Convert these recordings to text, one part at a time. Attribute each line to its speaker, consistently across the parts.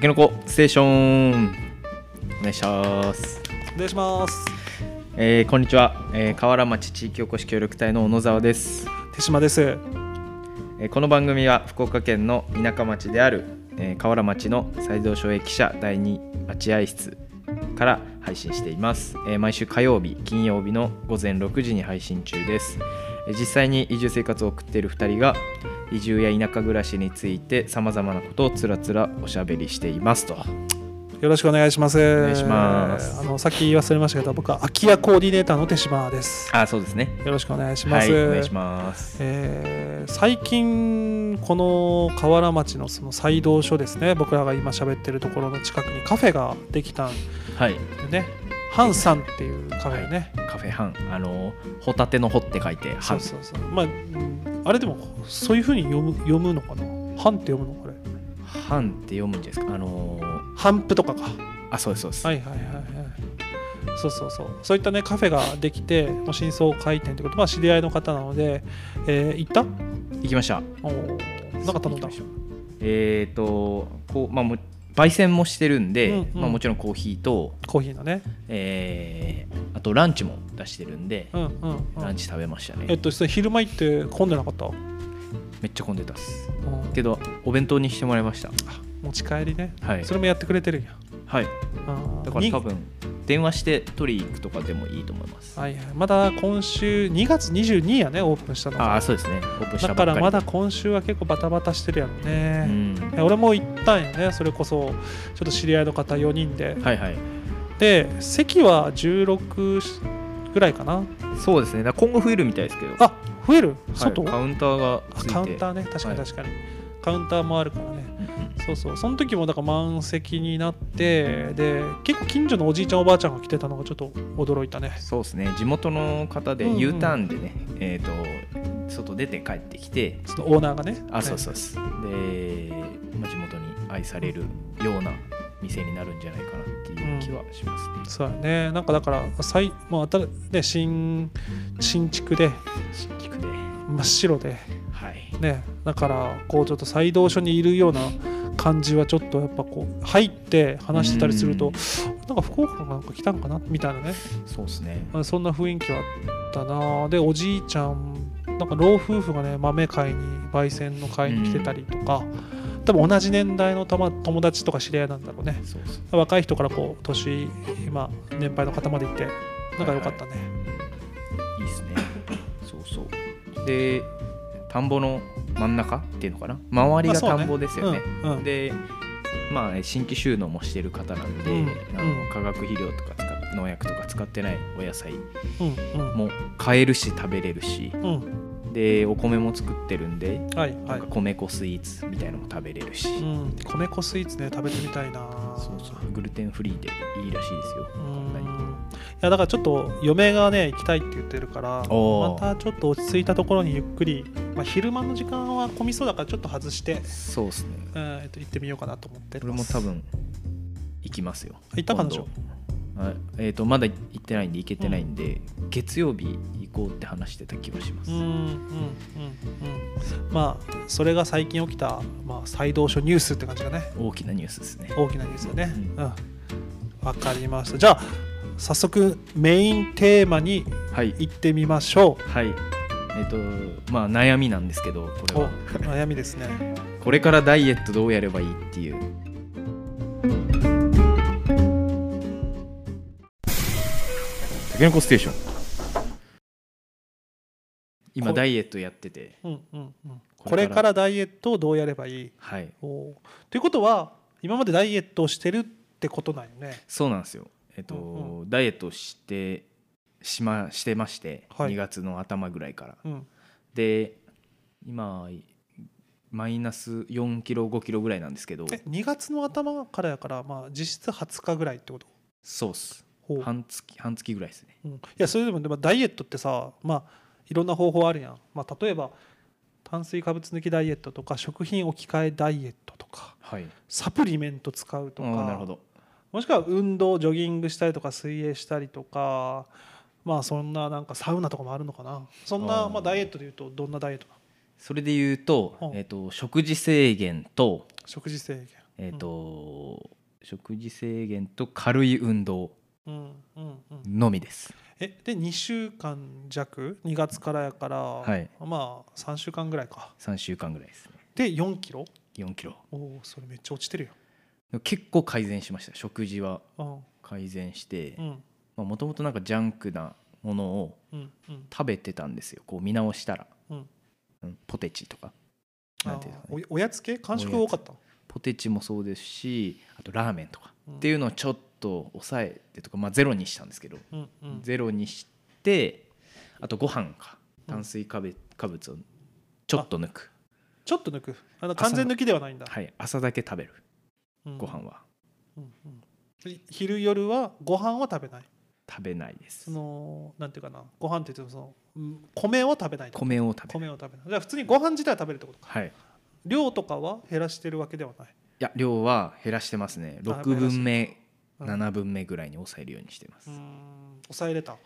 Speaker 1: けのこステーションお願いします
Speaker 2: お願いします
Speaker 1: えー、こんにちは、えー、河原町地域おこし協力隊の小野沢です、
Speaker 2: 手島です
Speaker 1: えー、この番組は福岡県の田舎町である、えー、河原町の西蔵省駅舎第2待合室から配信しています、えー、毎週火曜日金曜日の午前6時に配信中です、えー、実際に移住生活を送っている2人が移住や田舎暮らしについてさまざまなことをつらつらおしゃべりしていますと
Speaker 2: よろしくお願いしますお
Speaker 1: 願いします
Speaker 2: あのさっき忘れましたけど僕は空き家コーディネーターの手島です
Speaker 1: あそうですね
Speaker 2: よろしくお願いしま
Speaker 1: は
Speaker 2: す、
Speaker 1: いお願いします
Speaker 2: えー最近この河原町のその西道所ですね僕らが今喋ってるところの近くにカフェができたん
Speaker 1: はい
Speaker 2: でねハンさんっていうカフェね、
Speaker 1: カフェハンあのホタテの「ホ」って書いてハ
Speaker 2: そう
Speaker 1: ン
Speaker 2: そうそうまあうんあれでもそういうふうに読む読むのかなハンって読むのこれ
Speaker 1: ハンって読むんじゃないですかあのー
Speaker 2: ハンプとかか
Speaker 1: あそうですそうです、
Speaker 2: はいはいはいはいそうそうそうそういったねカフェができてもう真相回転ってことまあ知り合いの方なので、えー行った
Speaker 1: 行きました
Speaker 2: おーなんか頼んだ
Speaker 1: 行きましょうえっ、ー、とこうまあもう焙煎もしてるんで、
Speaker 2: うんうん
Speaker 1: まあ、もちろんコーヒーと、
Speaker 2: コーヒーのね
Speaker 1: えーあとランチも出してるんで
Speaker 2: う、んうん、う
Speaker 1: ラン
Speaker 2: ん、
Speaker 1: チ食べました
Speaker 2: えっ
Speaker 1: ね
Speaker 2: とそれ昼前って混んでなかった、うん
Speaker 1: めっちゃ混んでたっすけどお弁当にしてもらいました
Speaker 2: あ持ち帰りね
Speaker 1: はい
Speaker 2: それもやってくれてるんや
Speaker 1: はい
Speaker 2: あー
Speaker 1: だから
Speaker 2: に
Speaker 1: 多分電話して取り行くとかでもいいと思います
Speaker 2: はいはい、まだ今週2月22やねオープンしたの
Speaker 1: あ
Speaker 2: が
Speaker 1: あそうですねオープンしたばっ
Speaker 2: だ
Speaker 1: か
Speaker 2: か
Speaker 1: り
Speaker 2: らまだ今週は結構バタバタしてるやろ
Speaker 1: う
Speaker 2: ね、
Speaker 1: ん
Speaker 2: いや俺も行ったんやねそれこそちょっと知り合いの方4人で
Speaker 1: はいはい
Speaker 2: で席は16ぐらいかな
Speaker 1: そうですねだから今後増えるみたいですけど
Speaker 2: あ増える
Speaker 1: はい
Speaker 2: 外、
Speaker 1: カウンターがつい
Speaker 2: あ
Speaker 1: て
Speaker 2: カウンターね確かに
Speaker 1: はい
Speaker 2: 確かに、カウンターもあるからね
Speaker 1: うんうん
Speaker 2: そうそうその時もだから満席になってで結構近所のおじいちゃんおばあちゃんが来てたのがちょっと驚いたね
Speaker 1: そうですね地元の方で
Speaker 2: うんうん
Speaker 1: U ターンでね、えー、と外出て帰ってきて
Speaker 2: ちょっとオーナーがね
Speaker 1: あそうそうですで、まあ、地元に愛されるような店になるんじゃないかなっていう気はしますね、
Speaker 2: そうやねなんかだから最、まあ新ね、新新築で
Speaker 1: 新宿で
Speaker 2: 真っ白で
Speaker 1: はい
Speaker 2: ねだからこうちょっと西道所にいるような感じはちょっとやっぱこう入って話してたりする
Speaker 1: う
Speaker 2: と
Speaker 1: ん
Speaker 2: なんか福岡からなんか来たんかなみたいなね
Speaker 1: そうですね
Speaker 2: まあそんな雰囲気はあったなでおじいちゃんなんか老夫婦がね豆買いに焙煎の買いに来てたりとか、多分同じ年代のた、ま、友達とか知り合いなんだろうね
Speaker 1: そうそう
Speaker 2: 若い人からこう年今年配の方まで行ってなんか良かったね、
Speaker 1: いいですねそうそうで田んぼの真ん中っていうのかな周りが田んぼですよね,、
Speaker 2: まあそうねうんうん
Speaker 1: でまあ新規収納もしてる方なんで、
Speaker 2: うん
Speaker 1: あ
Speaker 2: うん
Speaker 1: の化学肥料とか使っ農薬とか使ってないお野菜
Speaker 2: うんうん
Speaker 1: も買えるし食べれるし
Speaker 2: うん
Speaker 1: でお米も作ってるんで
Speaker 2: はい
Speaker 1: な
Speaker 2: は
Speaker 1: ん
Speaker 2: い
Speaker 1: か、米粉スイーツみたいのも食べれるし、
Speaker 2: うん、米粉スイーツね食べてみたいな
Speaker 1: そうそうグルテンフリーでいいらしいですよ
Speaker 2: うん
Speaker 1: 体に
Speaker 2: いやだからちょっと嫁がね行きたいって言ってるから
Speaker 1: おー
Speaker 2: またちょっと落ち着いたところにゆっくり、まあ、昼間の時間は混みそうだからちょっと外して、
Speaker 1: そうですね
Speaker 2: うんえっと、行ってみようかなと思って
Speaker 1: これも多分行きますよ
Speaker 2: 行ったかなでしょ
Speaker 1: 今度はいえー、とまだ行ってないんで行けてないんで、月曜日行こうって話してた気はします、
Speaker 2: うんうんうんうんまあそれが最近起きた、まあ、再動書ニュースって感じがね
Speaker 1: 大きなニュースですね
Speaker 2: 大きなニュースだね
Speaker 1: う
Speaker 2: うんわかりましたじゃあ早速メインテーマに
Speaker 1: はい
Speaker 2: 行ってみましょ
Speaker 1: はいえっ、とまあ悩みなんですけどこ
Speaker 2: う
Speaker 1: れ
Speaker 2: お
Speaker 1: は
Speaker 2: 悩みですね
Speaker 1: これからダイエットどうやればいいっていうたけのこステーション今
Speaker 2: こ
Speaker 1: ダイエットやってて
Speaker 2: うんうんうんこ
Speaker 1: こ
Speaker 2: れ
Speaker 1: れから
Speaker 2: からダイエットをどうやればいい
Speaker 1: はい
Speaker 2: おーということは今までダイエットをしてるってことなんよね。
Speaker 1: そうなんですよえっと、
Speaker 2: うん
Speaker 1: ダイエットしてしましてまして、
Speaker 2: はい
Speaker 1: 2月の頭ぐらいから
Speaker 2: うん、
Speaker 1: で今マイナス4キロ5キロぐらいなんですけど
Speaker 2: え2月の頭からやから、まあ、実質20日ぐらいってこと
Speaker 1: そうっす
Speaker 2: ほう、
Speaker 1: 半月半月ぐらいですね
Speaker 2: うんいやそれでもでもダイエットってさ、まあ、いろんな方法あるやん、まあ、例えば炭水化物抜きダイエットとか食品置き換えダイエットとか
Speaker 1: はい
Speaker 2: サプリメント使うとか
Speaker 1: なるほど
Speaker 2: もしくは運動ジョギングしたりとか水泳したりとかまあそんななんかサウナとかもあるのかなそんな
Speaker 1: あー
Speaker 2: まあ、ダイエットでいうとどんなダイエットなの
Speaker 1: それで言うと
Speaker 2: うん、
Speaker 1: えっと食事制限と
Speaker 2: 食事制限
Speaker 1: えっ、と、食事制限と軽い運動
Speaker 2: うんうんうん
Speaker 1: のみです。
Speaker 2: えで2週間弱2月からやから、
Speaker 1: い
Speaker 2: まあ3週間ぐらいか
Speaker 1: 3週間ぐらいですね。
Speaker 2: で4キロ
Speaker 1: 4キロ。
Speaker 2: おおそれめっちゃ落ちてるよ
Speaker 1: でも結構改善しました。食事は
Speaker 2: うん
Speaker 1: 改善して
Speaker 2: う、ん
Speaker 1: もともとなんかジャンクなものを
Speaker 2: うんうん
Speaker 1: 食べてたんですよ。こう見直したら、
Speaker 2: うん
Speaker 1: うんポテチとか。なんていうんですかね
Speaker 2: あーおおやつ系間食が多かった
Speaker 1: ポテチもそうですしあとラーメンとか
Speaker 2: うん
Speaker 1: っていうのをちょっと抑えてとか、まあ、ゼロにしたんですけど、
Speaker 2: うんうん
Speaker 1: ゼロにしてあとご飯か
Speaker 2: うん
Speaker 1: 炭水化物化物をちょっと抜く、
Speaker 2: ちょっと抜くあの完全抜きではないんだ、
Speaker 1: はい、朝だけ食べる
Speaker 2: うん
Speaker 1: ご飯は
Speaker 2: うんうんい昼夜はご飯は食べない
Speaker 1: 食べないで
Speaker 2: そ
Speaker 1: す
Speaker 2: のなんていうかなご飯って言ってもそのうん米を食べないと
Speaker 1: 米を食べる
Speaker 2: 米を食べないじゃあ普通にご飯自体は食べるってことか
Speaker 1: はいい
Speaker 2: 量とかは減らしてるわけではない、
Speaker 1: や量は減らしてますね
Speaker 2: あ
Speaker 1: 6分目
Speaker 2: うん
Speaker 1: 7分目ぐらいに抑えるようにしてます、
Speaker 2: うーん抑えれた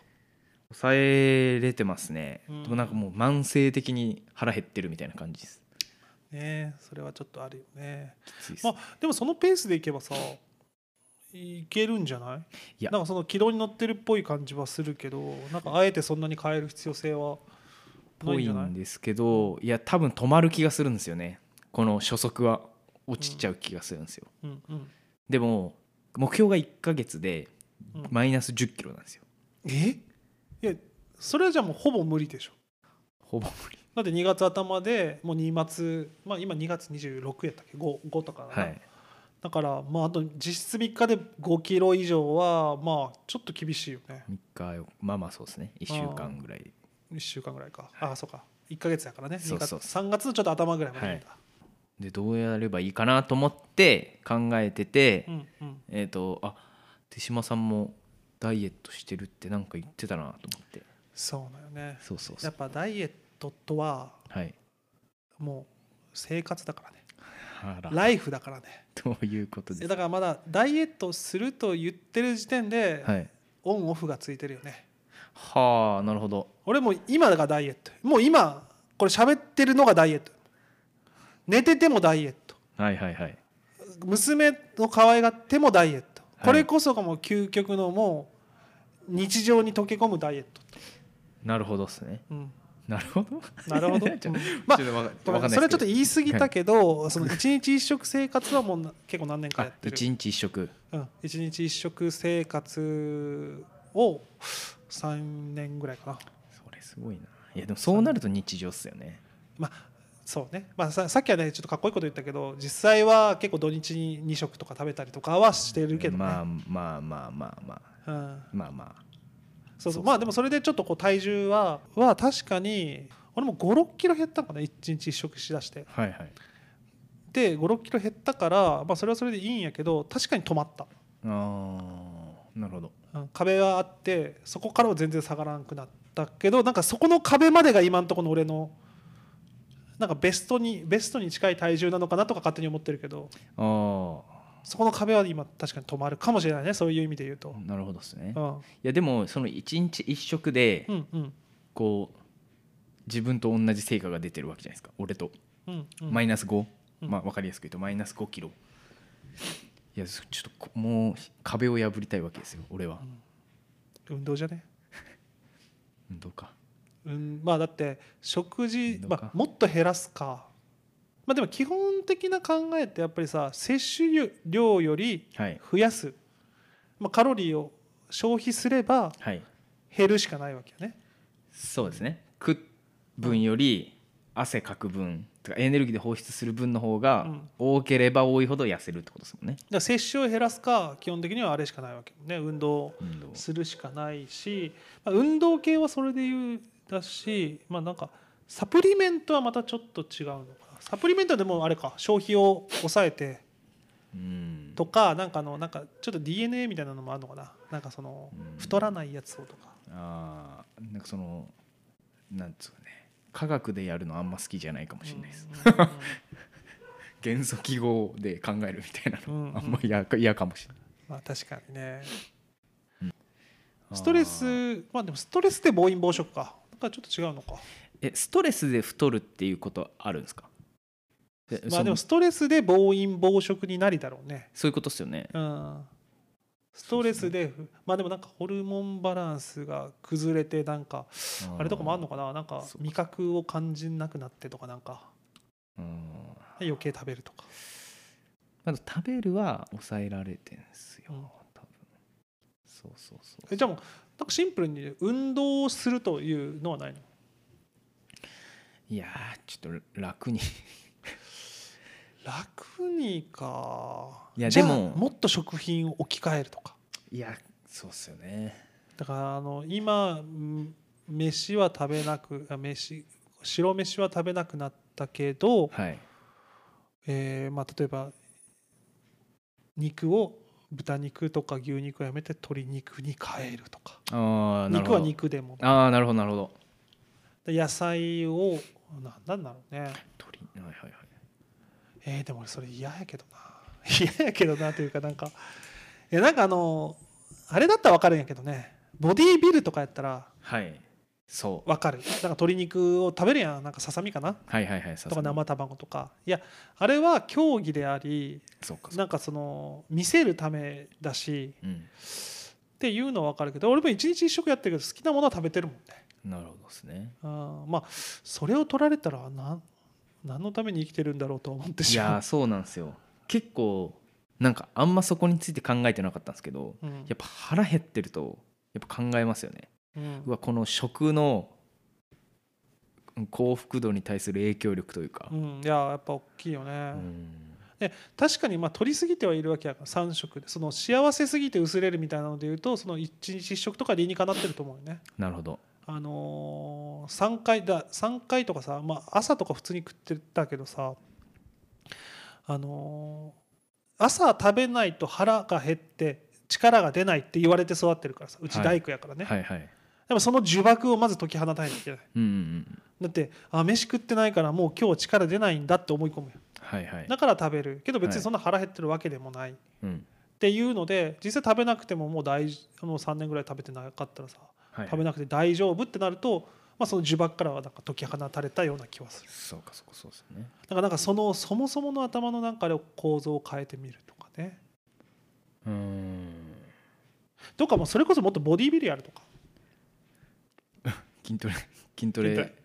Speaker 1: 抑えれてますね、
Speaker 2: うん
Speaker 1: でもなんかもう慢性的に腹減ってるみたいな感じです
Speaker 2: ねそれはちょっとあるよね
Speaker 1: きついです、
Speaker 2: まあでもそのペースでいけばさいけるんじゃない
Speaker 1: いや
Speaker 2: なんかその軌道に乗ってるっぽい感じはするけどなんかあえてそんなに変える必要性はな
Speaker 1: ぽ
Speaker 2: いん
Speaker 1: い
Speaker 2: じゃない
Speaker 1: んですけどいや多分止まる気がするんですよねこの初速は落ちちゃう気がするんですよ、
Speaker 2: うんうん
Speaker 1: でも目標が1ヶ月で
Speaker 2: うん
Speaker 1: マイナス1 0キロなんですよ
Speaker 2: えいやそれはじゃあもうほぼ無理でしょ
Speaker 1: ほぼ無理
Speaker 2: だって2月頭でもう2月、まあ、今2月26やったっけ 5, 5とかだな、
Speaker 1: はい
Speaker 2: だからまああと実質3日で5キロ以上はまあちょっと厳しいよね
Speaker 1: 3日よまあまあそうですね1週間ぐらい
Speaker 2: 1週間ぐらいかああそうか1か月だからね
Speaker 1: そうそう
Speaker 2: 2月3月のちょっと頭ぐらいまでいいんだ、
Speaker 1: でどうやればいいかなと思って考えてて、
Speaker 2: うんうん
Speaker 1: えっ、とあ手島さんもダイエットしてるってなんか言ってたなと思って
Speaker 2: そうだよね
Speaker 1: そうそうそ
Speaker 2: やっ
Speaker 1: う
Speaker 2: ぱダイエットとは
Speaker 1: はい
Speaker 2: もう生活だからね
Speaker 1: あら
Speaker 2: ライフだからね
Speaker 1: ということ
Speaker 2: え
Speaker 1: です
Speaker 2: だからまだダイエットすると言ってる時点で、
Speaker 1: はい
Speaker 2: オンオフがついてるよね
Speaker 1: はあなるほど
Speaker 2: 俺もう今がダイエットもう今これ喋ってるのがダイエット寝ててもダイエット
Speaker 1: はいはいはい
Speaker 2: 娘の可愛がってもダイエット
Speaker 1: はい
Speaker 2: これこそがもう究極のもう日常に溶け込むダイエット、
Speaker 1: なるほどっすね
Speaker 2: うん、
Speaker 1: なるほど。
Speaker 2: なるほど
Speaker 1: ちょっと
Speaker 2: うん
Speaker 1: まあ、
Speaker 2: まあ
Speaker 1: ちょっとわか
Speaker 2: ご
Speaker 1: わかん
Speaker 2: め
Speaker 1: ない
Speaker 2: んそれはちょっ
Speaker 1: で
Speaker 2: と
Speaker 1: すけど
Speaker 2: 言い過ぎたけど、その一日一食生活はもうな結構何年かや
Speaker 1: あ
Speaker 2: ってる
Speaker 1: 一日一食。
Speaker 2: うん、一日一食生活を3年ぐらいかな
Speaker 1: それすごいな。いやでもそうなると日常っすよね。
Speaker 2: まあそうね、まあ、ささっきはねちょっとかっこいいこと言ったけど実際は結構土日に2食とか食べたりとかはしてるけどね、
Speaker 1: まあまあまあまあまあ
Speaker 2: うん、
Speaker 1: まあまあ。
Speaker 2: そう
Speaker 1: そ
Speaker 2: そううまあでもそれでちょっとこう体重はは確かに俺も5 6キロ減ったのかな1日1食しだして
Speaker 1: はいはい。
Speaker 2: で5 6キロ減ったから、まあ、それはそれでいいんやけど確かに止まった、
Speaker 1: ああ、なるほど。
Speaker 2: うん、壁はあってそこからは全然下がらなくなったけどなんかそこの壁までが今のところの俺のなんかベストにベストに近い体重なのかなとか勝手に思ってるけど
Speaker 1: あ
Speaker 2: そこの壁は今確かに止まるかもしれないねそういう意味で言うと
Speaker 1: あ、、なるほどっすね
Speaker 2: う。ん、
Speaker 1: いやでもその一日一食で
Speaker 2: うんうん
Speaker 1: こう自分と同じ成果が出てるわけじゃないですか。俺と
Speaker 2: うんうん
Speaker 1: マイナス5。
Speaker 2: うん
Speaker 1: まあわかりやすく言うとマイナス5キロ。いやちょっとこもう壁を破りたいわけですよ。俺は。
Speaker 2: 運動じゃね
Speaker 1: 運動か。
Speaker 2: うん、まあだって食
Speaker 1: 運
Speaker 2: 事、
Speaker 1: 動か
Speaker 2: まあ、もっと減らすか、まあ、でも基本的な考えってやっぱりさ摂取量より
Speaker 1: はい
Speaker 2: 増やす、まあ、カロリーを消費すれば
Speaker 1: はい。
Speaker 2: 減るしかないわけよね。
Speaker 1: そうですね食う分より汗かく分とかエネルギーで放出する分の方
Speaker 2: う
Speaker 1: が
Speaker 2: ん
Speaker 1: 多ければ多いほど痩せるってことですもんね、
Speaker 2: だから摂取を減らすか基本的にはあれしかないわけよね運動
Speaker 1: 運動
Speaker 2: するしかないし、まあ、運動系はそれで言うだしまあなんかサプリメントはまたちょっと違うのかなサプリメントはでもあれか消費を抑えて
Speaker 1: うん
Speaker 2: とかなんかあのなんかちょっと DNA みたいなのもあるのかななんかその
Speaker 1: うん
Speaker 2: 太らないやつをとか
Speaker 1: あーなんかそのなんつうかね科学でやるのあんま好きじゃないかもしれないです、元素記号で考えるみたいな
Speaker 2: うん
Speaker 1: の
Speaker 2: うん
Speaker 1: あんま嫌か嫌かもしれない
Speaker 2: まあ確かにね
Speaker 1: あー
Speaker 2: ストレスまあでもストレスで暴飲暴食かなんかちょっと違うのか
Speaker 1: えストレスで太るっていうことあるんですかで
Speaker 2: ま
Speaker 1: そ
Speaker 2: あで
Speaker 1: の
Speaker 2: もストレスで暴飲暴食になりだろうね
Speaker 1: そういうことですよね。
Speaker 2: うんストレスでまあでもなんかホルモンバランスが崩れてなんかあれとかもあるのかななんか
Speaker 1: そうか
Speaker 2: 味覚を感じなくなってとかなんか
Speaker 1: うん
Speaker 2: 余計食べるとか
Speaker 1: まだ食べるは抑えられてんすよ、
Speaker 2: うん
Speaker 1: 多分そうそうそ
Speaker 2: え
Speaker 1: う
Speaker 2: じゃあもうなんかシンプルに運動をするというのはないの
Speaker 1: いやーちょっと楽に
Speaker 2: 楽にか
Speaker 1: いや
Speaker 2: じゃあ
Speaker 1: でも
Speaker 2: もっと食品を置き換えるとか
Speaker 1: いやそうっすよね
Speaker 2: だからあの今ん飯は食べなくあ飯白飯は食べなくなったけど、
Speaker 1: はい
Speaker 2: えーまあ、例えば肉を豚肉とか牛肉をやめて鶏肉に変えるとか
Speaker 1: ああなる
Speaker 2: 肉
Speaker 1: ほ
Speaker 2: は
Speaker 1: ど
Speaker 2: 肉でも
Speaker 1: ああなるほどなるほど
Speaker 2: で野菜をなんなんだろうね
Speaker 1: 鳥はいはいはい
Speaker 2: えー、でも俺それ嫌やけどな 嫌やけどなというかなんかいやなんかあのあれだったら分かるんやけどねボディービルとかやったら
Speaker 1: はいそう
Speaker 2: 分かるなんか鶏肉を食べるやんなんかささみかな
Speaker 1: はいはいはいさ
Speaker 2: とか
Speaker 1: すがに
Speaker 2: 生卵とかいやあれは競技であり
Speaker 1: そうかそうか
Speaker 2: なんかその見せるためだし
Speaker 1: うん
Speaker 2: っていうのは分かるけど俺も一日一食やってるけど好きなものは食べてるもんね
Speaker 1: なるほどですね
Speaker 2: あまあそれを取られたらなん何のために生きてるんだろうと思って
Speaker 1: い
Speaker 2: し
Speaker 1: や
Speaker 2: ま
Speaker 1: ーそうなんですよ結構なんかあんまそこについて考えてなかったんですけど
Speaker 2: う、うん
Speaker 1: やっぱ腹減ってるとやっぱ考えますよね
Speaker 2: うん
Speaker 1: うわこの食のうん幸福度に対する影響力というか、
Speaker 2: うん、いややっぱ大きいよね、
Speaker 1: うん
Speaker 2: 確かにまあ取りすぎてはいるわけやから3食でその幸せすぎて薄れるみたいなのでいうとその1日1食とか理にかなってると思うよね
Speaker 1: なるほど
Speaker 2: あのー、3回だ三回とかさ、まあ、朝とか普通に食ってたけどさあのー朝食べないと腹が減って力が出ないって言われて育ってるからさうち
Speaker 1: はい
Speaker 2: 大工やからね、
Speaker 1: はいはい
Speaker 2: でもその呪縛をまず解き放たないといけない
Speaker 1: うんうんうん
Speaker 2: だってあ飯食ってないからもう今日力出ないんだって思い込むよ
Speaker 1: はいはい
Speaker 2: だから食べるけど別
Speaker 1: は
Speaker 2: に
Speaker 1: い
Speaker 2: そんな腹減ってるわけでもない、
Speaker 1: うん
Speaker 2: っていうので実際食べなくてももう大事もう3年ぐらい食べてなかったらさ、
Speaker 1: はい
Speaker 2: 食べなくて大丈夫ってなると、まあ、その呪縛からはなんか解き放たれたような気はする
Speaker 1: そうかそうかそうですよね
Speaker 2: だからなんかそのそもそもの頭のなんかで構造を変えてみるとかね
Speaker 1: うーん
Speaker 2: とかもうそれこそもっとボディビルやるとか
Speaker 1: 筋トレ 筋トレ
Speaker 2: 筋トレ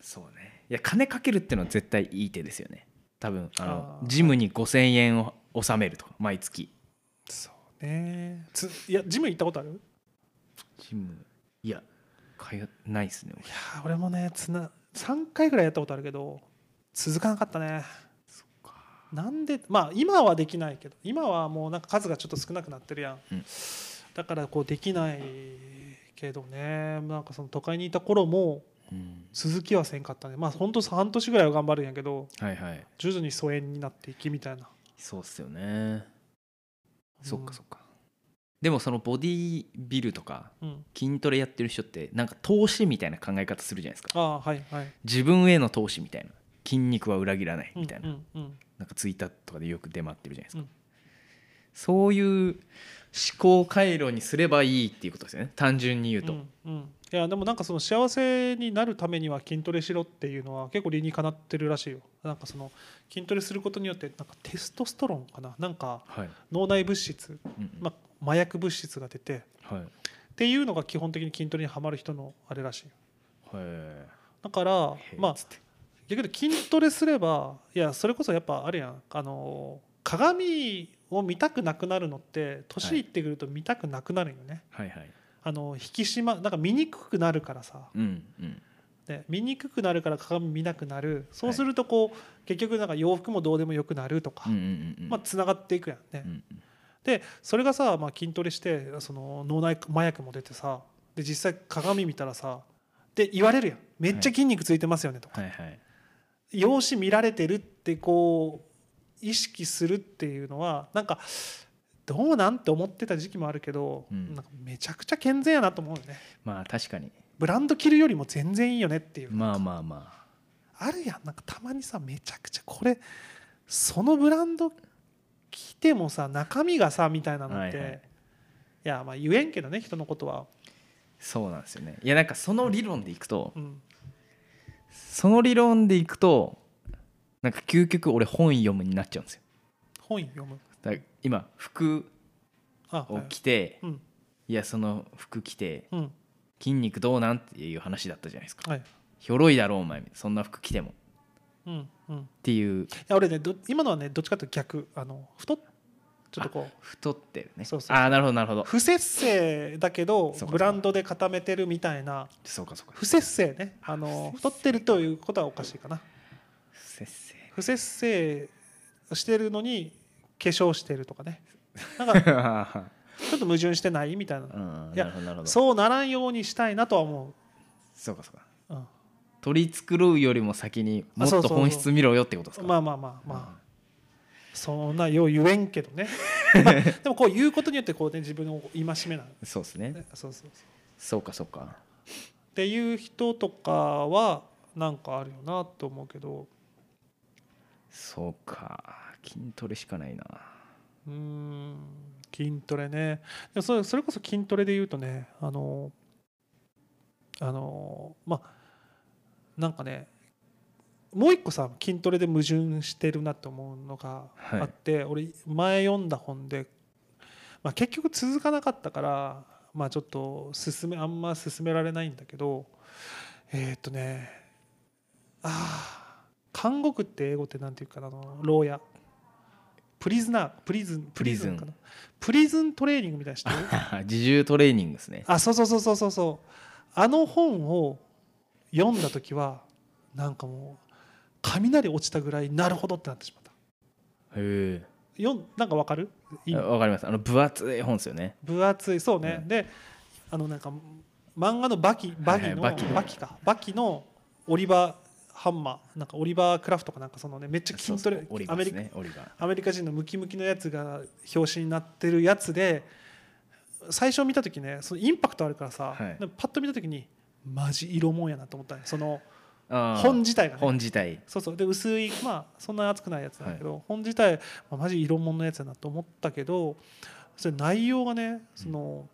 Speaker 1: そうねいや金かけるっていうのは絶対いい手ですよね多分あの
Speaker 2: あー
Speaker 1: ジムに5000円を納めるとか毎月
Speaker 2: そうねついやジム行ったことあるい
Speaker 1: ジムいや通ないですね俺
Speaker 2: やー俺もねつな3回ぐらいやったことあるけど続かなかったね
Speaker 1: そっか
Speaker 2: なんでまあ今はできないけど今はもうなんか数がちょっと少なくなってるやん、
Speaker 1: うん
Speaker 2: だからこうできないけどねなんかその都会にいた頃も
Speaker 1: うん
Speaker 2: 続きはせんかったねまあほんと半年ぐらいは頑張るんやけど
Speaker 1: はいはい
Speaker 2: 徐々に疎遠になっていきみたいな
Speaker 1: そうっすよねそっ
Speaker 2: う
Speaker 1: か
Speaker 2: ん
Speaker 1: そっか、でもそのボディビルとか
Speaker 2: うん
Speaker 1: 筋トレやってる人ってなんか投資みたいな考え方するじゃないですか
Speaker 2: ああはいはい
Speaker 1: 自分への投資みたいな筋肉は裏切らないみたいな、
Speaker 2: うんうんうん
Speaker 1: なんかツイッターとかでよく出回ってるじゃないですか、
Speaker 2: うん
Speaker 1: そういう思考回路にすればいいっていうことですよね単純に言うと、
Speaker 2: うんうんいやでもなんかその幸せになるためには筋トレしろっていうのは結構理にかなってるらしいよなんかその筋トレすることによってなんかテストストロンかななんか
Speaker 1: はい、
Speaker 2: 脳内物質
Speaker 1: うんうん
Speaker 2: まあ、麻薬物質が出て
Speaker 1: はい
Speaker 2: っていうのが基本的に筋トレにはまる人のあれらしいよ
Speaker 1: へ
Speaker 2: だから
Speaker 1: え
Speaker 2: まあ
Speaker 1: つって
Speaker 2: 逆に筋トレすればいやそれこそやっぱあるやんあのー鏡を見たくなくなるのって年いってくると見たくなくなるよね、
Speaker 1: はいはい
Speaker 2: あの引き締まなんか見にくくなるからさ、
Speaker 1: うんうん
Speaker 2: ね、見にくくなるから鏡見なくなるそう
Speaker 1: はい
Speaker 2: するとこう、結局なんか洋服もどうでもよくなるとか、
Speaker 1: うんうんうん
Speaker 2: まあつながっていくやんね、
Speaker 1: うん
Speaker 2: でそれがさ、まあ、筋トレしてその脳内麻薬も出てさで実際鏡見たらさで言われるやんめっちゃ筋肉ついてますよねとか、
Speaker 1: はいはい
Speaker 2: 容姿見られてるってこう意識するっていうのはなんかどうなんて思ってた時期もあるけど、
Speaker 1: うん
Speaker 2: なんかめちゃくちゃ健全やなと思うよね
Speaker 1: まあ確かに
Speaker 2: ブランド着るよりも全然いいよねっていう、
Speaker 1: まあまあま
Speaker 2: あるやんなんかたまにさめちゃくちゃこれそのブランド着てもさ中身がさみたいなのって、
Speaker 1: はい
Speaker 2: い
Speaker 1: はい
Speaker 2: やまあ言えんけどね人のことは、
Speaker 1: あそうなんですよねいやなんかその理論でいくと、
Speaker 2: うん、
Speaker 1: その理論でいくとなんか究極俺本読むになっちゃうんですよ
Speaker 2: 本読む
Speaker 1: だから今服
Speaker 2: あ、は
Speaker 1: を
Speaker 2: い
Speaker 1: 着て、
Speaker 2: うん
Speaker 1: いやその服着て
Speaker 2: うん
Speaker 1: 筋肉どうなんっていう話だったじゃないですか
Speaker 2: はい
Speaker 1: ひょろいだろお前そんな服着てもっ
Speaker 2: うんうんい
Speaker 1: ていう
Speaker 2: や俺ねど今のはねどっちかというと逆あの太っちょっとこ
Speaker 1: 太ってるね
Speaker 2: そうそうそう
Speaker 1: ああなるほどなるほ
Speaker 2: う
Speaker 1: ど
Speaker 2: 不節制だけど
Speaker 1: そうか
Speaker 2: ブランドで固めてるみたいな
Speaker 1: そうかそうか
Speaker 2: 不節制ねあの太ってるということはおかしいかな
Speaker 1: 不節制
Speaker 2: 不節制してるのに化粧してるとかねなん かちょっと矛盾してないみたいな
Speaker 1: うん
Speaker 2: い
Speaker 1: な
Speaker 2: や
Speaker 1: るほどなるほど
Speaker 2: そうならんようにしたいなとは思
Speaker 1: そうかそうか
Speaker 2: う、うん
Speaker 1: 取り繕うよりも先にもっ
Speaker 2: そう
Speaker 1: と
Speaker 2: そうそう
Speaker 1: 本質見ろよってことですか
Speaker 2: まあまあまあまあそんなよう言えんけど ね、まあでもこう言うことによってこう、ね、自分の戒めなの
Speaker 1: うんそうですね
Speaker 2: ねそうそうそう
Speaker 1: そうかそうか
Speaker 2: っていう人とかはなんかあるよなと思うけど
Speaker 1: そうか筋トレしかないな
Speaker 2: うーん筋トレねでもそれそれこそ筋トレで言うとねあのあのまあなんかねもう一個さ筋トレで矛盾してるなと思うのが
Speaker 1: はい
Speaker 2: あって、俺前読んだ本で、まあ、結局続かなかったから、まあ、ちょっと進めあんま進められないんだけどえーっとねああ監獄って英語ってなんていうかなあの牢屋プリズナープリズンプリズンかなプリズントレーニングみたいなの 知ってる
Speaker 1: 自重トレーニングですね
Speaker 2: あそうそうそうそうそうそうあの本を読んだ時はなんかもう雷落ちたぐらいなるほどってなってしまった
Speaker 1: へ
Speaker 2: 読んなんかわかるい
Speaker 1: えわかりますあの分厚い本ですよね
Speaker 2: 分厚いそうね、
Speaker 1: う
Speaker 2: であのなんか漫画のバキバキの、
Speaker 1: はいはいバ
Speaker 2: バ
Speaker 1: キ
Speaker 2: キかバキのオリバーハンマーなんかオリバークラフトかなんかそのねめっちゃ筋トレ
Speaker 1: そうそうオリバ
Speaker 2: ア
Speaker 1: ー
Speaker 2: メ
Speaker 1: で
Speaker 2: リ
Speaker 1: す
Speaker 2: カ
Speaker 1: ねオリバー
Speaker 2: アメリカ人のムキムキのやつが表紙になってるやつで最初見た時ねそのインパクトあるからさ、
Speaker 1: はい
Speaker 2: なんかパッと見た時にマジ色もんやなと思ったねその
Speaker 1: あー
Speaker 2: 本自体が、ね、
Speaker 1: 本自体
Speaker 2: そうそうで薄いまあそんな厚くないやつなんだけど、本自体、まあ、マジ色物のやつだなと思ったけどそれ内容がねその、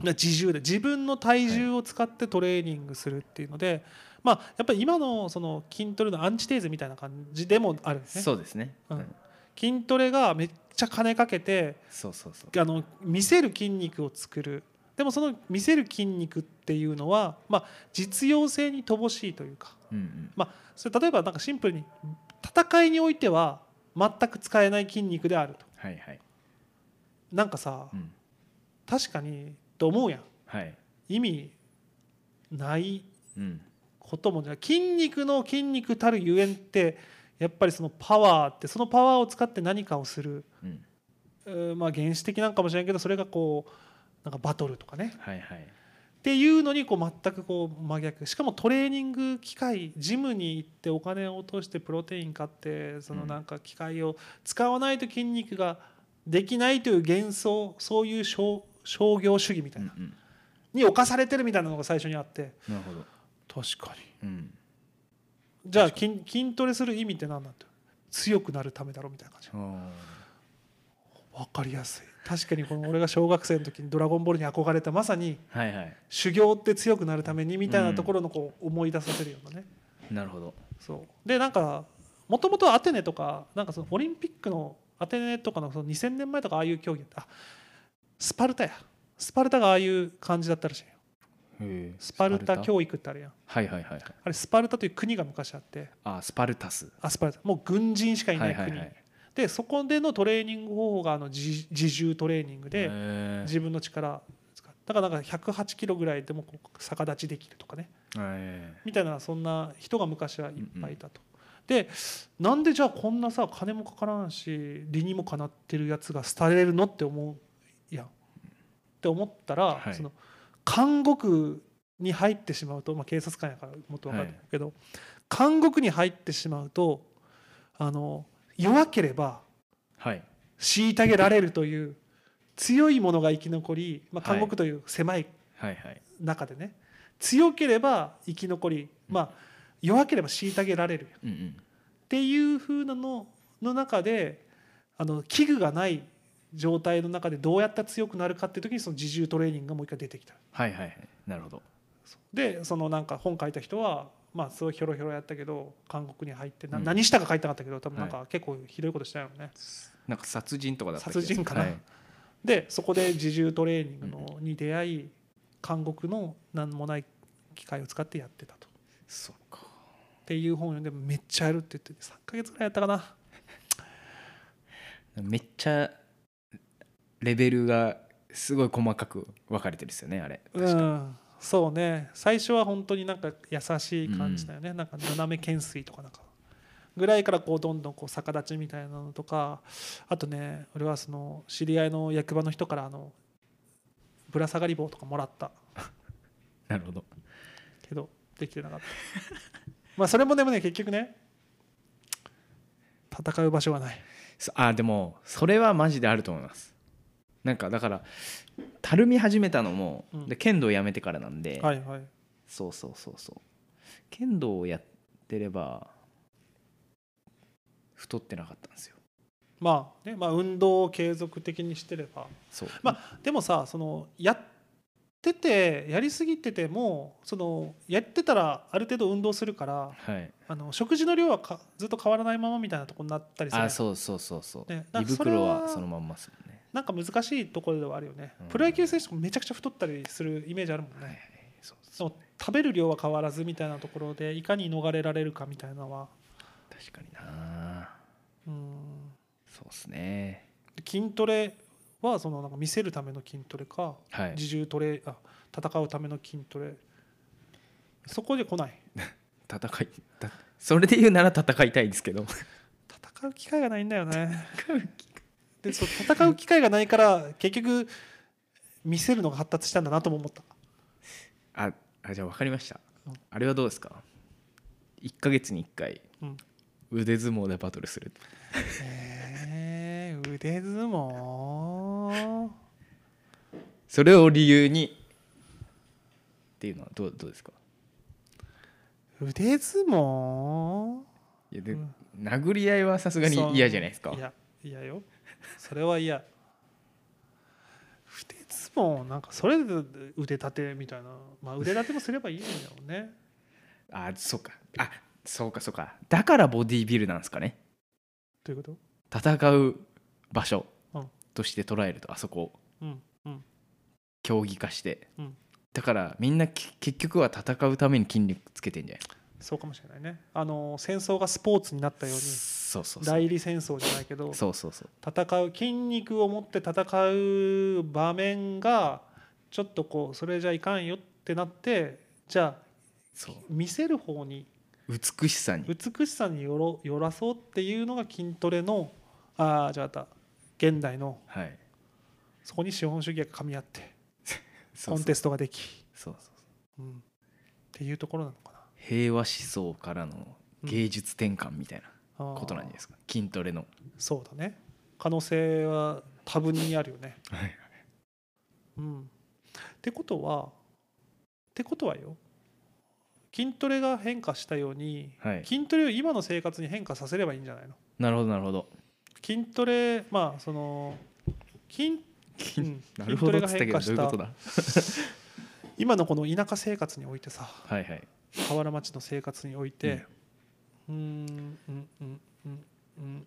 Speaker 2: まあ自重で自分の体重を使ってトレーニングするっていうので、まあやっぱり今のその筋トレのアンチテーゼみたいな感じでもあるんですね
Speaker 1: そうですね、
Speaker 2: うん
Speaker 1: うん
Speaker 2: 筋トレがめっちゃ金かけて
Speaker 1: そうそうそう
Speaker 2: あの見せる筋肉を作るでもその見せる筋肉っていうのは、まあ、実用性に乏しいというか
Speaker 1: うんうん
Speaker 2: それ例えばなんかシンプルに戦いにおいては全く使えない筋肉であると
Speaker 1: はいはい
Speaker 2: なんかさ
Speaker 1: うん
Speaker 2: 確かにと思うやん
Speaker 1: はい
Speaker 2: 意味ない
Speaker 1: うん
Speaker 2: こともじゃ筋肉の筋肉たるゆえんってやっぱりそのパワーってそのパワーを使って何かをする、
Speaker 1: うん
Speaker 2: えーまあ原始的なんかもしれないけどそれがこうなんかバトルとかね
Speaker 1: はいはい
Speaker 2: っていうのにこう全くこう真逆しかもトレーニング機械ジムに行ってお金を落としてプロテイン買ってその
Speaker 1: うん
Speaker 2: なんか機械を使わないと筋肉ができないという幻想そういう商商業主義みた
Speaker 1: う
Speaker 2: い
Speaker 1: んう
Speaker 2: なんに侵されてるみたいなのが最初にあって
Speaker 1: なるほど
Speaker 2: 確かに
Speaker 1: うん
Speaker 2: じゃあ筋筋トレする意味って何なんて強くなるためだろみたいな感じ
Speaker 1: あー
Speaker 2: 分かりやすい確かにこの俺が小学生の時に「ドラゴンボール」に憧れたまさに
Speaker 1: はいはい
Speaker 2: 修行って強くなるためにみたいなところのこう思い出させるようなね、
Speaker 1: なるほど
Speaker 2: そうでなんかもともとアテネとかなんかそのオリンピックのアテネとかのその2000年前とかああいう競技あスパルタやスパルタがああいう感じだったらしいよ
Speaker 1: へー
Speaker 2: スパルタ
Speaker 1: ル
Speaker 2: 教育ってあるやん
Speaker 1: タはいはいはいはい
Speaker 2: あれスパルタという国が昔あって
Speaker 1: あースパルタス
Speaker 2: あスパルタもう軍人しかいない
Speaker 1: は
Speaker 2: 国、
Speaker 1: いはいはい
Speaker 2: でそこでのトレーニング方法があの自自重トレーニング
Speaker 1: へ
Speaker 2: で
Speaker 1: ー
Speaker 2: 自分の力使ってだからなんか108キロぐらいでもこう逆立ちできるとかね
Speaker 1: え
Speaker 2: みたいなそんな人が昔はいっぱいいたと。でなんでじゃあこんなさ金もかからんし理にもかなってるやつが廃れるのって思うやん。って思ったら、
Speaker 1: はい
Speaker 2: その監獄に入ってしまうと、まあ、警察官やからもっと分かるけど、監獄に入ってしまうとあの弱ければ
Speaker 1: はい
Speaker 2: 虐げられるという強いものが生き残り、まあ、
Speaker 1: はい
Speaker 2: 監獄という狭い
Speaker 1: はいはい
Speaker 2: 中でね強ければ生き残り、まあ、弱ければ虐げられるっ
Speaker 1: うんうん
Speaker 2: ていう風なのの中であの器具がない状態の中でどうやったら強くなるかっていう時にその自重トレーニングがもう一回出てきた
Speaker 1: はいはいはいなるほど
Speaker 2: でそのなんか本書いた人はまあすごいひょろひょろやったけど韓国に入ってな、何したか書いてなかったけど多分なんか結構ひどいことしたよね、
Speaker 1: なんか殺人とかだったっけ
Speaker 2: 殺人かな
Speaker 1: はい
Speaker 2: でそこで自重トレーニングのに出会い韓国の何もない機械を使ってやってたと
Speaker 1: そうか
Speaker 2: っていう本を読んでめっちゃやるって言って3ヶ月ぐらいやったかな
Speaker 1: めっちゃレベルがすごい細かく分かれてるですよねあれ確
Speaker 2: う
Speaker 1: か、
Speaker 2: んそうね最初は本当になんか優しい感じだよね、なんか斜め懸垂とかなんかぐらいからこうどんどんこう逆立ちみたいなのとかあとね俺はその知り合いの役場の人からあのぶら下がり棒とかもらった
Speaker 1: なるほど
Speaker 2: けどできてな かったまあそれもでもね結局ね戦う場所がない
Speaker 1: そあでもそれはマジであると思いますなんかだからたるみ始めたのも、
Speaker 2: うん
Speaker 1: で剣道やめてからなんで、
Speaker 2: はいはい
Speaker 1: そうそうそうそう剣道をやってれば太ってなかったんですよ
Speaker 2: まあねまあ運動を継続的にしてれば
Speaker 1: そう
Speaker 2: までもさそのやっててやりすぎててもそのやってたらある程度運動するから
Speaker 1: はい
Speaker 2: あの食事の量はかずっと変わらないままみたいなとこになったりする
Speaker 1: あそうそうそうそう、
Speaker 2: ねなん
Speaker 1: 胃
Speaker 2: かそれは
Speaker 1: 袋はそのまんまですもんね
Speaker 2: なんか難しいところではあるよね、
Speaker 1: うん
Speaker 2: プロ野球選手とかめちゃくちゃ太ったりするイメージあるもんね、
Speaker 1: はいそう
Speaker 2: その食べる量は変わらずみたいなところでいかに逃れられるかみたいなのは
Speaker 1: 確かにな
Speaker 2: うん
Speaker 1: そうっすね
Speaker 2: 筋トレはそのなんか見せるための筋トレか
Speaker 1: はい
Speaker 2: 自重トレあ戦うための筋トレそこで来ない
Speaker 1: 戦いだそれで言うなら戦いたいんですけど
Speaker 2: 戦う機会がないんだよねでそう戦う機会がないから結局見せるのが発達したんだなとも思った
Speaker 1: ああじゃあ分かりました
Speaker 2: うん
Speaker 1: あれはどうですか1ヶ月に1回
Speaker 2: うん
Speaker 1: 腕相撲でバトルする
Speaker 2: えー、腕相撲
Speaker 1: それを理由にっていうのはどうどうですか
Speaker 2: 腕相撲
Speaker 1: いやで、
Speaker 2: うん
Speaker 1: 殴り合いはさすが
Speaker 2: そう
Speaker 1: に嫌じゃないですか
Speaker 2: いや嫌よそれは嫌腕相撲なんかそれで腕立てみたいなまあ腕立てもすればいいんだろうね
Speaker 1: あそうかあそうかそうかだからボディービルなんですかね
Speaker 2: ということ
Speaker 1: 戦う場所
Speaker 2: うん
Speaker 1: として捉えるとあそこを
Speaker 2: うんうん
Speaker 1: 競技化して、
Speaker 2: うん
Speaker 1: だからみんなき結局は戦うために筋肉つけてんじゃない
Speaker 2: そうかもしれないねあの戦争がスポーツになったように
Speaker 1: そうそうそう
Speaker 2: 代理戦争じゃないけど
Speaker 1: そうそうそう
Speaker 2: 戦う筋肉を持って戦う場面がちょっとこうそれじゃいかんよってなってじゃあ
Speaker 1: そう
Speaker 2: 見せる方に
Speaker 1: 美しさに
Speaker 2: 美しさによろよらそうっていうのが筋トレのああじゃあった現代の
Speaker 1: はい
Speaker 2: そこに資本主義がかみ合って
Speaker 1: そ
Speaker 2: コ
Speaker 1: う
Speaker 2: ン
Speaker 1: そう
Speaker 2: テストができ、
Speaker 1: そうそう
Speaker 2: うん、っていうところなのかな
Speaker 1: 平和思想からの芸術転換みたい
Speaker 2: あ
Speaker 1: な
Speaker 2: ー
Speaker 1: ことなんじゃないですか、筋トレの
Speaker 2: そうだね可能性は多分にあるよね
Speaker 1: はい
Speaker 2: うん、ってことはってことはよ筋トレが変化したように、
Speaker 1: はい
Speaker 2: 筋トレを今の生活に変化させればいいんじゃないの
Speaker 1: なるほどなるほど
Speaker 2: 筋トレまあその筋うん
Speaker 1: なるほどっつったけどどう
Speaker 2: 筋
Speaker 1: いう
Speaker 2: トレが
Speaker 1: こと
Speaker 2: 変化した
Speaker 1: だ
Speaker 2: 今のこの田舎生活においてさ
Speaker 1: はいはい
Speaker 2: 河原町の生活においてうーんうんうんうんうん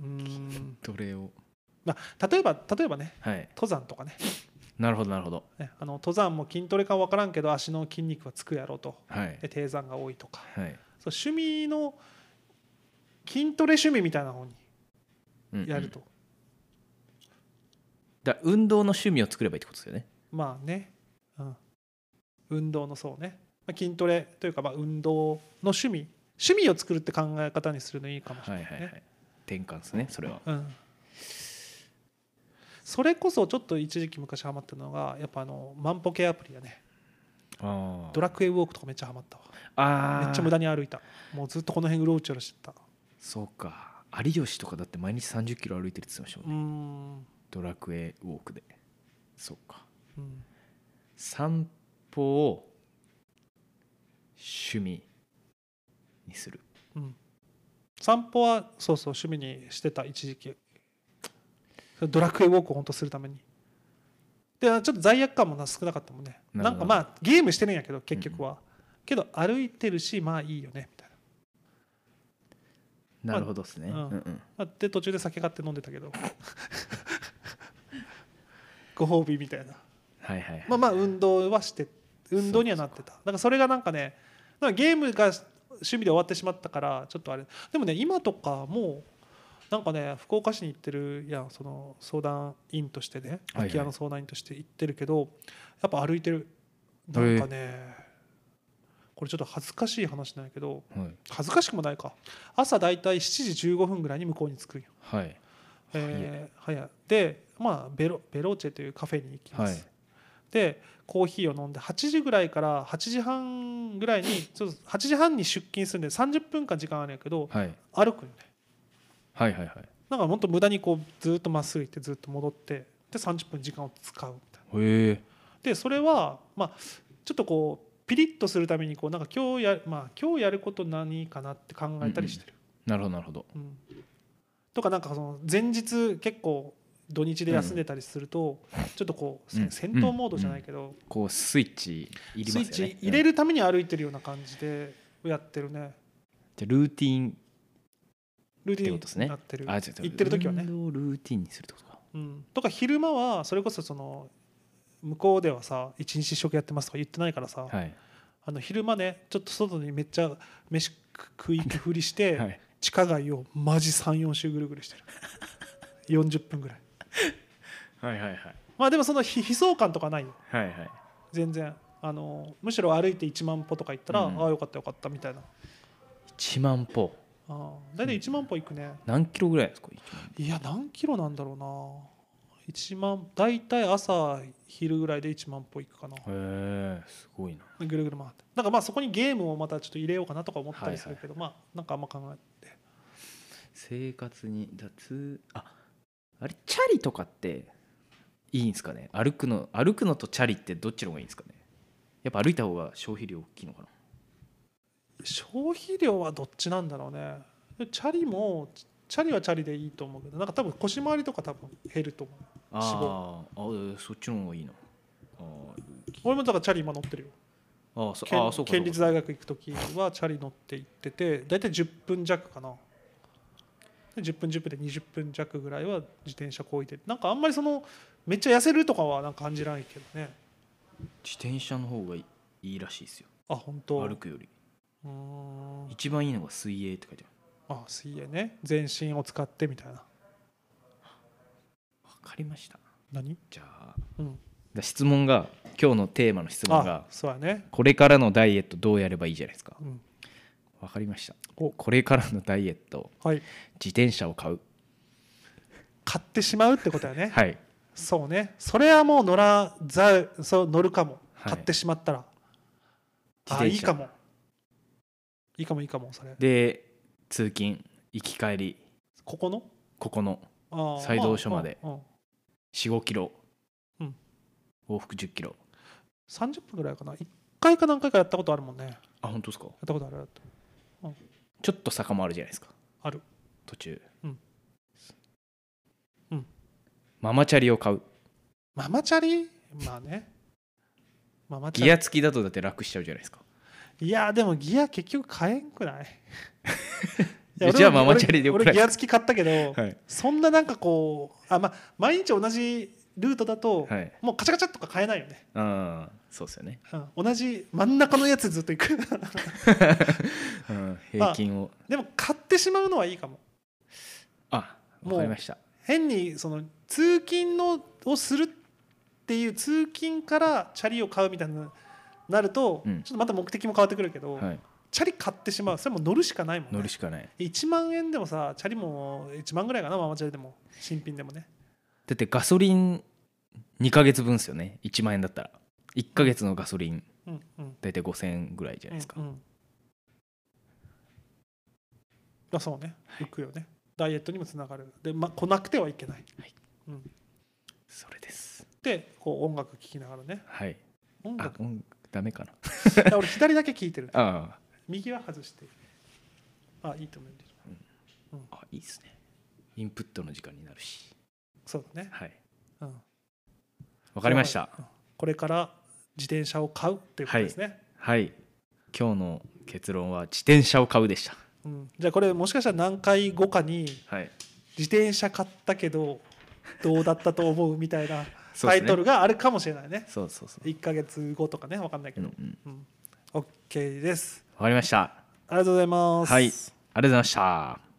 Speaker 2: うーん
Speaker 1: 筋トレを
Speaker 2: まあ例えば例えばね
Speaker 1: はい
Speaker 2: 登山とかね
Speaker 1: なるほどなるほど
Speaker 2: ねあの登山も筋トレか分からんけど足の筋肉はつくやろと
Speaker 1: はい
Speaker 2: で低山が多いとか
Speaker 1: はい
Speaker 2: そう趣味の筋トレ趣味みたいな方に
Speaker 1: うんうん
Speaker 2: やると、
Speaker 1: だから運動の趣味を作ればいいってことですよね
Speaker 2: まあね、うん、運動のそうね、まあ、筋トレというかまあ運動の趣味趣味を作るって考え方にするのいいかもしれ
Speaker 1: は
Speaker 2: ない
Speaker 1: い
Speaker 2: ね、
Speaker 1: はいはい転換ですねそれは
Speaker 2: うん、それこそちょっと一時期昔ハマったのがやっぱあの万歩計アプリだね
Speaker 1: あ
Speaker 2: ドラクエウォークとかめっちゃハマったわ
Speaker 1: あー
Speaker 2: めっちゃ無駄に歩いたもうずっとこの辺うろうちょろしてた
Speaker 1: そうか有吉とかだって毎日3 0キロ歩いてるって言ってましたもん
Speaker 2: うー
Speaker 1: ね、
Speaker 2: ん、
Speaker 1: ドラクエウォークでそうか
Speaker 2: うん、
Speaker 1: 散歩を趣味にする
Speaker 2: 散歩はそうそう趣味にしてた一時期ドラクエウォークを本当するためにでちょっと罪悪感もな少なかったもんね
Speaker 1: な
Speaker 2: な
Speaker 1: るほ
Speaker 2: ん
Speaker 1: ど
Speaker 2: かまあゲームしてるんやけど結局は、けど歩いてるしまあいいよねみたいな、
Speaker 1: なるほどですね、
Speaker 2: うん
Speaker 1: うんうん
Speaker 2: まあ、で途中で酒買って飲んでた けどご褒美みたいな
Speaker 1: はいはいはい、
Speaker 2: まあまあ運動はして運動にはなってただからそれがなんかねなんかゲームが趣味で終わってしまったからちょっとあれでもね今とかもうなんかね福岡市に行ってるいやんその相談員として
Speaker 1: はい
Speaker 2: ね
Speaker 1: はい
Speaker 2: 空き家の相談員として行ってるけど、やっぱ歩いてるなんかねこれちょっと恥ずかしい話なんやけど
Speaker 1: はい
Speaker 2: 恥ずかしくもないか朝だいたい7時15分ぐらいに向こうに着くんよ、
Speaker 1: はい
Speaker 2: えー早いでまあベロベローチェというカフェに行きま
Speaker 1: は
Speaker 2: す、
Speaker 1: い
Speaker 2: でコーヒーを飲んで8時ぐらいから8時半ぐらいにちょっと8時半に出勤するんで30分間時間あるんやけど
Speaker 1: はい
Speaker 2: 歩くんね
Speaker 1: はいはいはい
Speaker 2: だからもっと無駄にこうずっとまっすぐ行ってずっと戻ってで30分時間を使うみたいな
Speaker 1: へえ
Speaker 2: でそれはまあちょっとこうピリッとするためにこうなんか今日やまあ今日やること何かなって考えたりしてる、
Speaker 1: なるほどなるほど
Speaker 2: うんとかなんかその前日結構土日で休んでたりすると、ちょっとこう、せ
Speaker 1: うん
Speaker 2: 戦闘モードじゃないけど、
Speaker 1: こうスイッチ入りますよね
Speaker 2: スイッチ入れ
Speaker 1: る、
Speaker 2: るために歩いてるような感じでやってるね
Speaker 1: じゃあルーティン
Speaker 2: ルーテ
Speaker 1: っ
Speaker 2: ィ
Speaker 1: てこ
Speaker 2: ン
Speaker 1: とですね
Speaker 2: になってる
Speaker 1: あ違う違う
Speaker 2: 行ってる時はね
Speaker 1: 運動をルーティンにするってことか
Speaker 2: うん、とか昼間はそれこそその向こうではさ一日一食やってますとか言ってないからさ、
Speaker 1: はい
Speaker 2: あの昼間ねちょっと外にめっちゃ飯食い行くふりして、
Speaker 1: はい
Speaker 2: 地下街をマジ34周ぐるぐるしてる40分ぐらい
Speaker 1: はいはいはい
Speaker 2: まあでもそのひ悲壮感とかないよ
Speaker 1: はいはい
Speaker 2: 全然あのむしろ歩いて1万歩とか行ったら、
Speaker 1: うん
Speaker 2: ああよかったよかったみたいな
Speaker 1: 1万歩
Speaker 2: ああ大体1万歩行くね、
Speaker 1: 何キロぐらいですか1万
Speaker 2: いや何キロなんだろうな1万大体朝昼ぐらいで1万歩いくかな
Speaker 1: 歩へえすごいな
Speaker 2: ぐるぐる回ってなんかまあそこにゲームをまたちょっと入れようかなとか思ったりするけど、まあなんかあんま考えて
Speaker 1: 生活に脱ああれチャリとかっていいんですかね歩くの歩くのとチャリってどっちの方がいいんですかねやっぱ歩いた方が消費量大きいのかな
Speaker 2: 消費量はどっちなんだろうねチャリもチャリはチャリでいいと思うけどなんか多分腰回りとか多分減ると思う
Speaker 1: あーあそっちの方がいいなあ
Speaker 2: 俺もだからチャリ今乗ってるよ
Speaker 1: ーあーそ
Speaker 2: 県
Speaker 1: あーそうかそう
Speaker 2: 県
Speaker 1: か
Speaker 2: 立大学行く時はチャリ乗って行ってて大体10分弱かなで10分10分で20分弱ぐらいは自転車こいでなんかあんまりそのめっちゃ痩せるとかはなんか感じないけどね
Speaker 1: 自転車の方がいいらしいですよ
Speaker 2: あ本当
Speaker 1: 歩くより
Speaker 2: うーん
Speaker 1: 一番いいのが水泳って書いて
Speaker 2: あ水泳ね全身を使ってみたいな
Speaker 1: あるわかりました
Speaker 2: 何
Speaker 1: じゃあ
Speaker 2: うん
Speaker 1: だ質問が今日のテーマの質問
Speaker 2: あ
Speaker 1: が
Speaker 2: そうやね
Speaker 1: これからのダイエットどうやればいいじゃないですか
Speaker 2: うん
Speaker 1: わかりました
Speaker 2: お
Speaker 1: これからのダイエット
Speaker 2: はい
Speaker 1: 自転車を買う
Speaker 2: 買ってしまうってことやね
Speaker 1: はい
Speaker 2: そうねそれはもう乗らざるそう乗るかも
Speaker 1: はい
Speaker 2: 買ってしまったら、
Speaker 1: 自
Speaker 2: あ
Speaker 1: 転車
Speaker 2: いいかもいいかもいいかもそれ
Speaker 1: で通勤行き帰り
Speaker 2: ここの
Speaker 1: ここの
Speaker 2: あー
Speaker 1: 西道所まで
Speaker 2: あうんうん
Speaker 1: 4 5キロ、
Speaker 2: うん
Speaker 1: 往復1 0キロ
Speaker 2: 30分ぐらいかな1回か何回かやったことあるもんねやっ
Speaker 1: あ本当ですか
Speaker 2: たことある
Speaker 1: ちょっと坂もあるじゃないですか
Speaker 2: ある
Speaker 1: 途中
Speaker 2: うんうん
Speaker 1: ママチャリを買う
Speaker 2: ママチャリまあねママチャ
Speaker 1: ギ
Speaker 2: リ
Speaker 1: ア付きだとだって楽しちゃうじゃないですか
Speaker 2: いやでもギア結局買えん くないい
Speaker 1: え
Speaker 2: や
Speaker 1: じゃあ
Speaker 2: 俺も
Speaker 1: ママチャリでよく
Speaker 2: 俺
Speaker 1: ない
Speaker 2: 俺ギア付き買ったけど、
Speaker 1: はい
Speaker 2: そんななんかこうあまあ毎日同じルートだと、
Speaker 1: はい
Speaker 2: もうカチャカチャとか買えないよね、
Speaker 1: うんそうですよね、
Speaker 2: うん同じ真ん中のやつずっと行く
Speaker 1: うん、平均を
Speaker 2: でも買ってしまうのはいいかも
Speaker 1: あわかりました
Speaker 2: 変にその通勤のをするっていう通勤からチャリを買うみたいになると、
Speaker 1: うん
Speaker 2: ちょっとまた目的も変わってくるけど、
Speaker 1: はい
Speaker 2: チャリ買ってしまうそれも乗るしかないもんね
Speaker 1: 乗るしかない
Speaker 2: 1万円でもさチャリも1万ぐらいかなママチャリでも新品でもね
Speaker 1: だってガソリン2ヶ月分ですよね1万円だったら1ヶ月のガソリン
Speaker 2: うんうん
Speaker 1: 大体5000円ぐらいじゃないですか、
Speaker 2: うんうんまあそうね浮くよね、ダイエットにもつながるで、ま、来なくてはいけない
Speaker 1: それです
Speaker 2: でこう音楽聴きながらね
Speaker 1: はい
Speaker 2: 音
Speaker 1: あ
Speaker 2: 楽
Speaker 1: うんダメかな
Speaker 2: いや俺左だけ聴いてる
Speaker 1: あ
Speaker 2: 右は外してあいいと思うよ
Speaker 1: ああいいですねインプットの時間になるし
Speaker 2: そうだね
Speaker 1: はい
Speaker 2: うん
Speaker 1: わかりました
Speaker 2: これから自転車を買うっていうことですね、
Speaker 1: はい今日の結論は自転車を買うでした
Speaker 2: うん、じゃあこれもしかしたら何回後かに
Speaker 1: はい
Speaker 2: 自転車買ったけどどうだったと思うみたいな
Speaker 1: そうです
Speaker 2: タ
Speaker 1: ね
Speaker 2: イトルがあるかもしれないね
Speaker 1: そうそうそう
Speaker 2: 1か月後とかね分かんないけ
Speaker 1: うん
Speaker 2: ど、
Speaker 1: うん
Speaker 2: うん、OK です
Speaker 1: わかりました
Speaker 2: ありがとうございます
Speaker 1: はいありがとうございました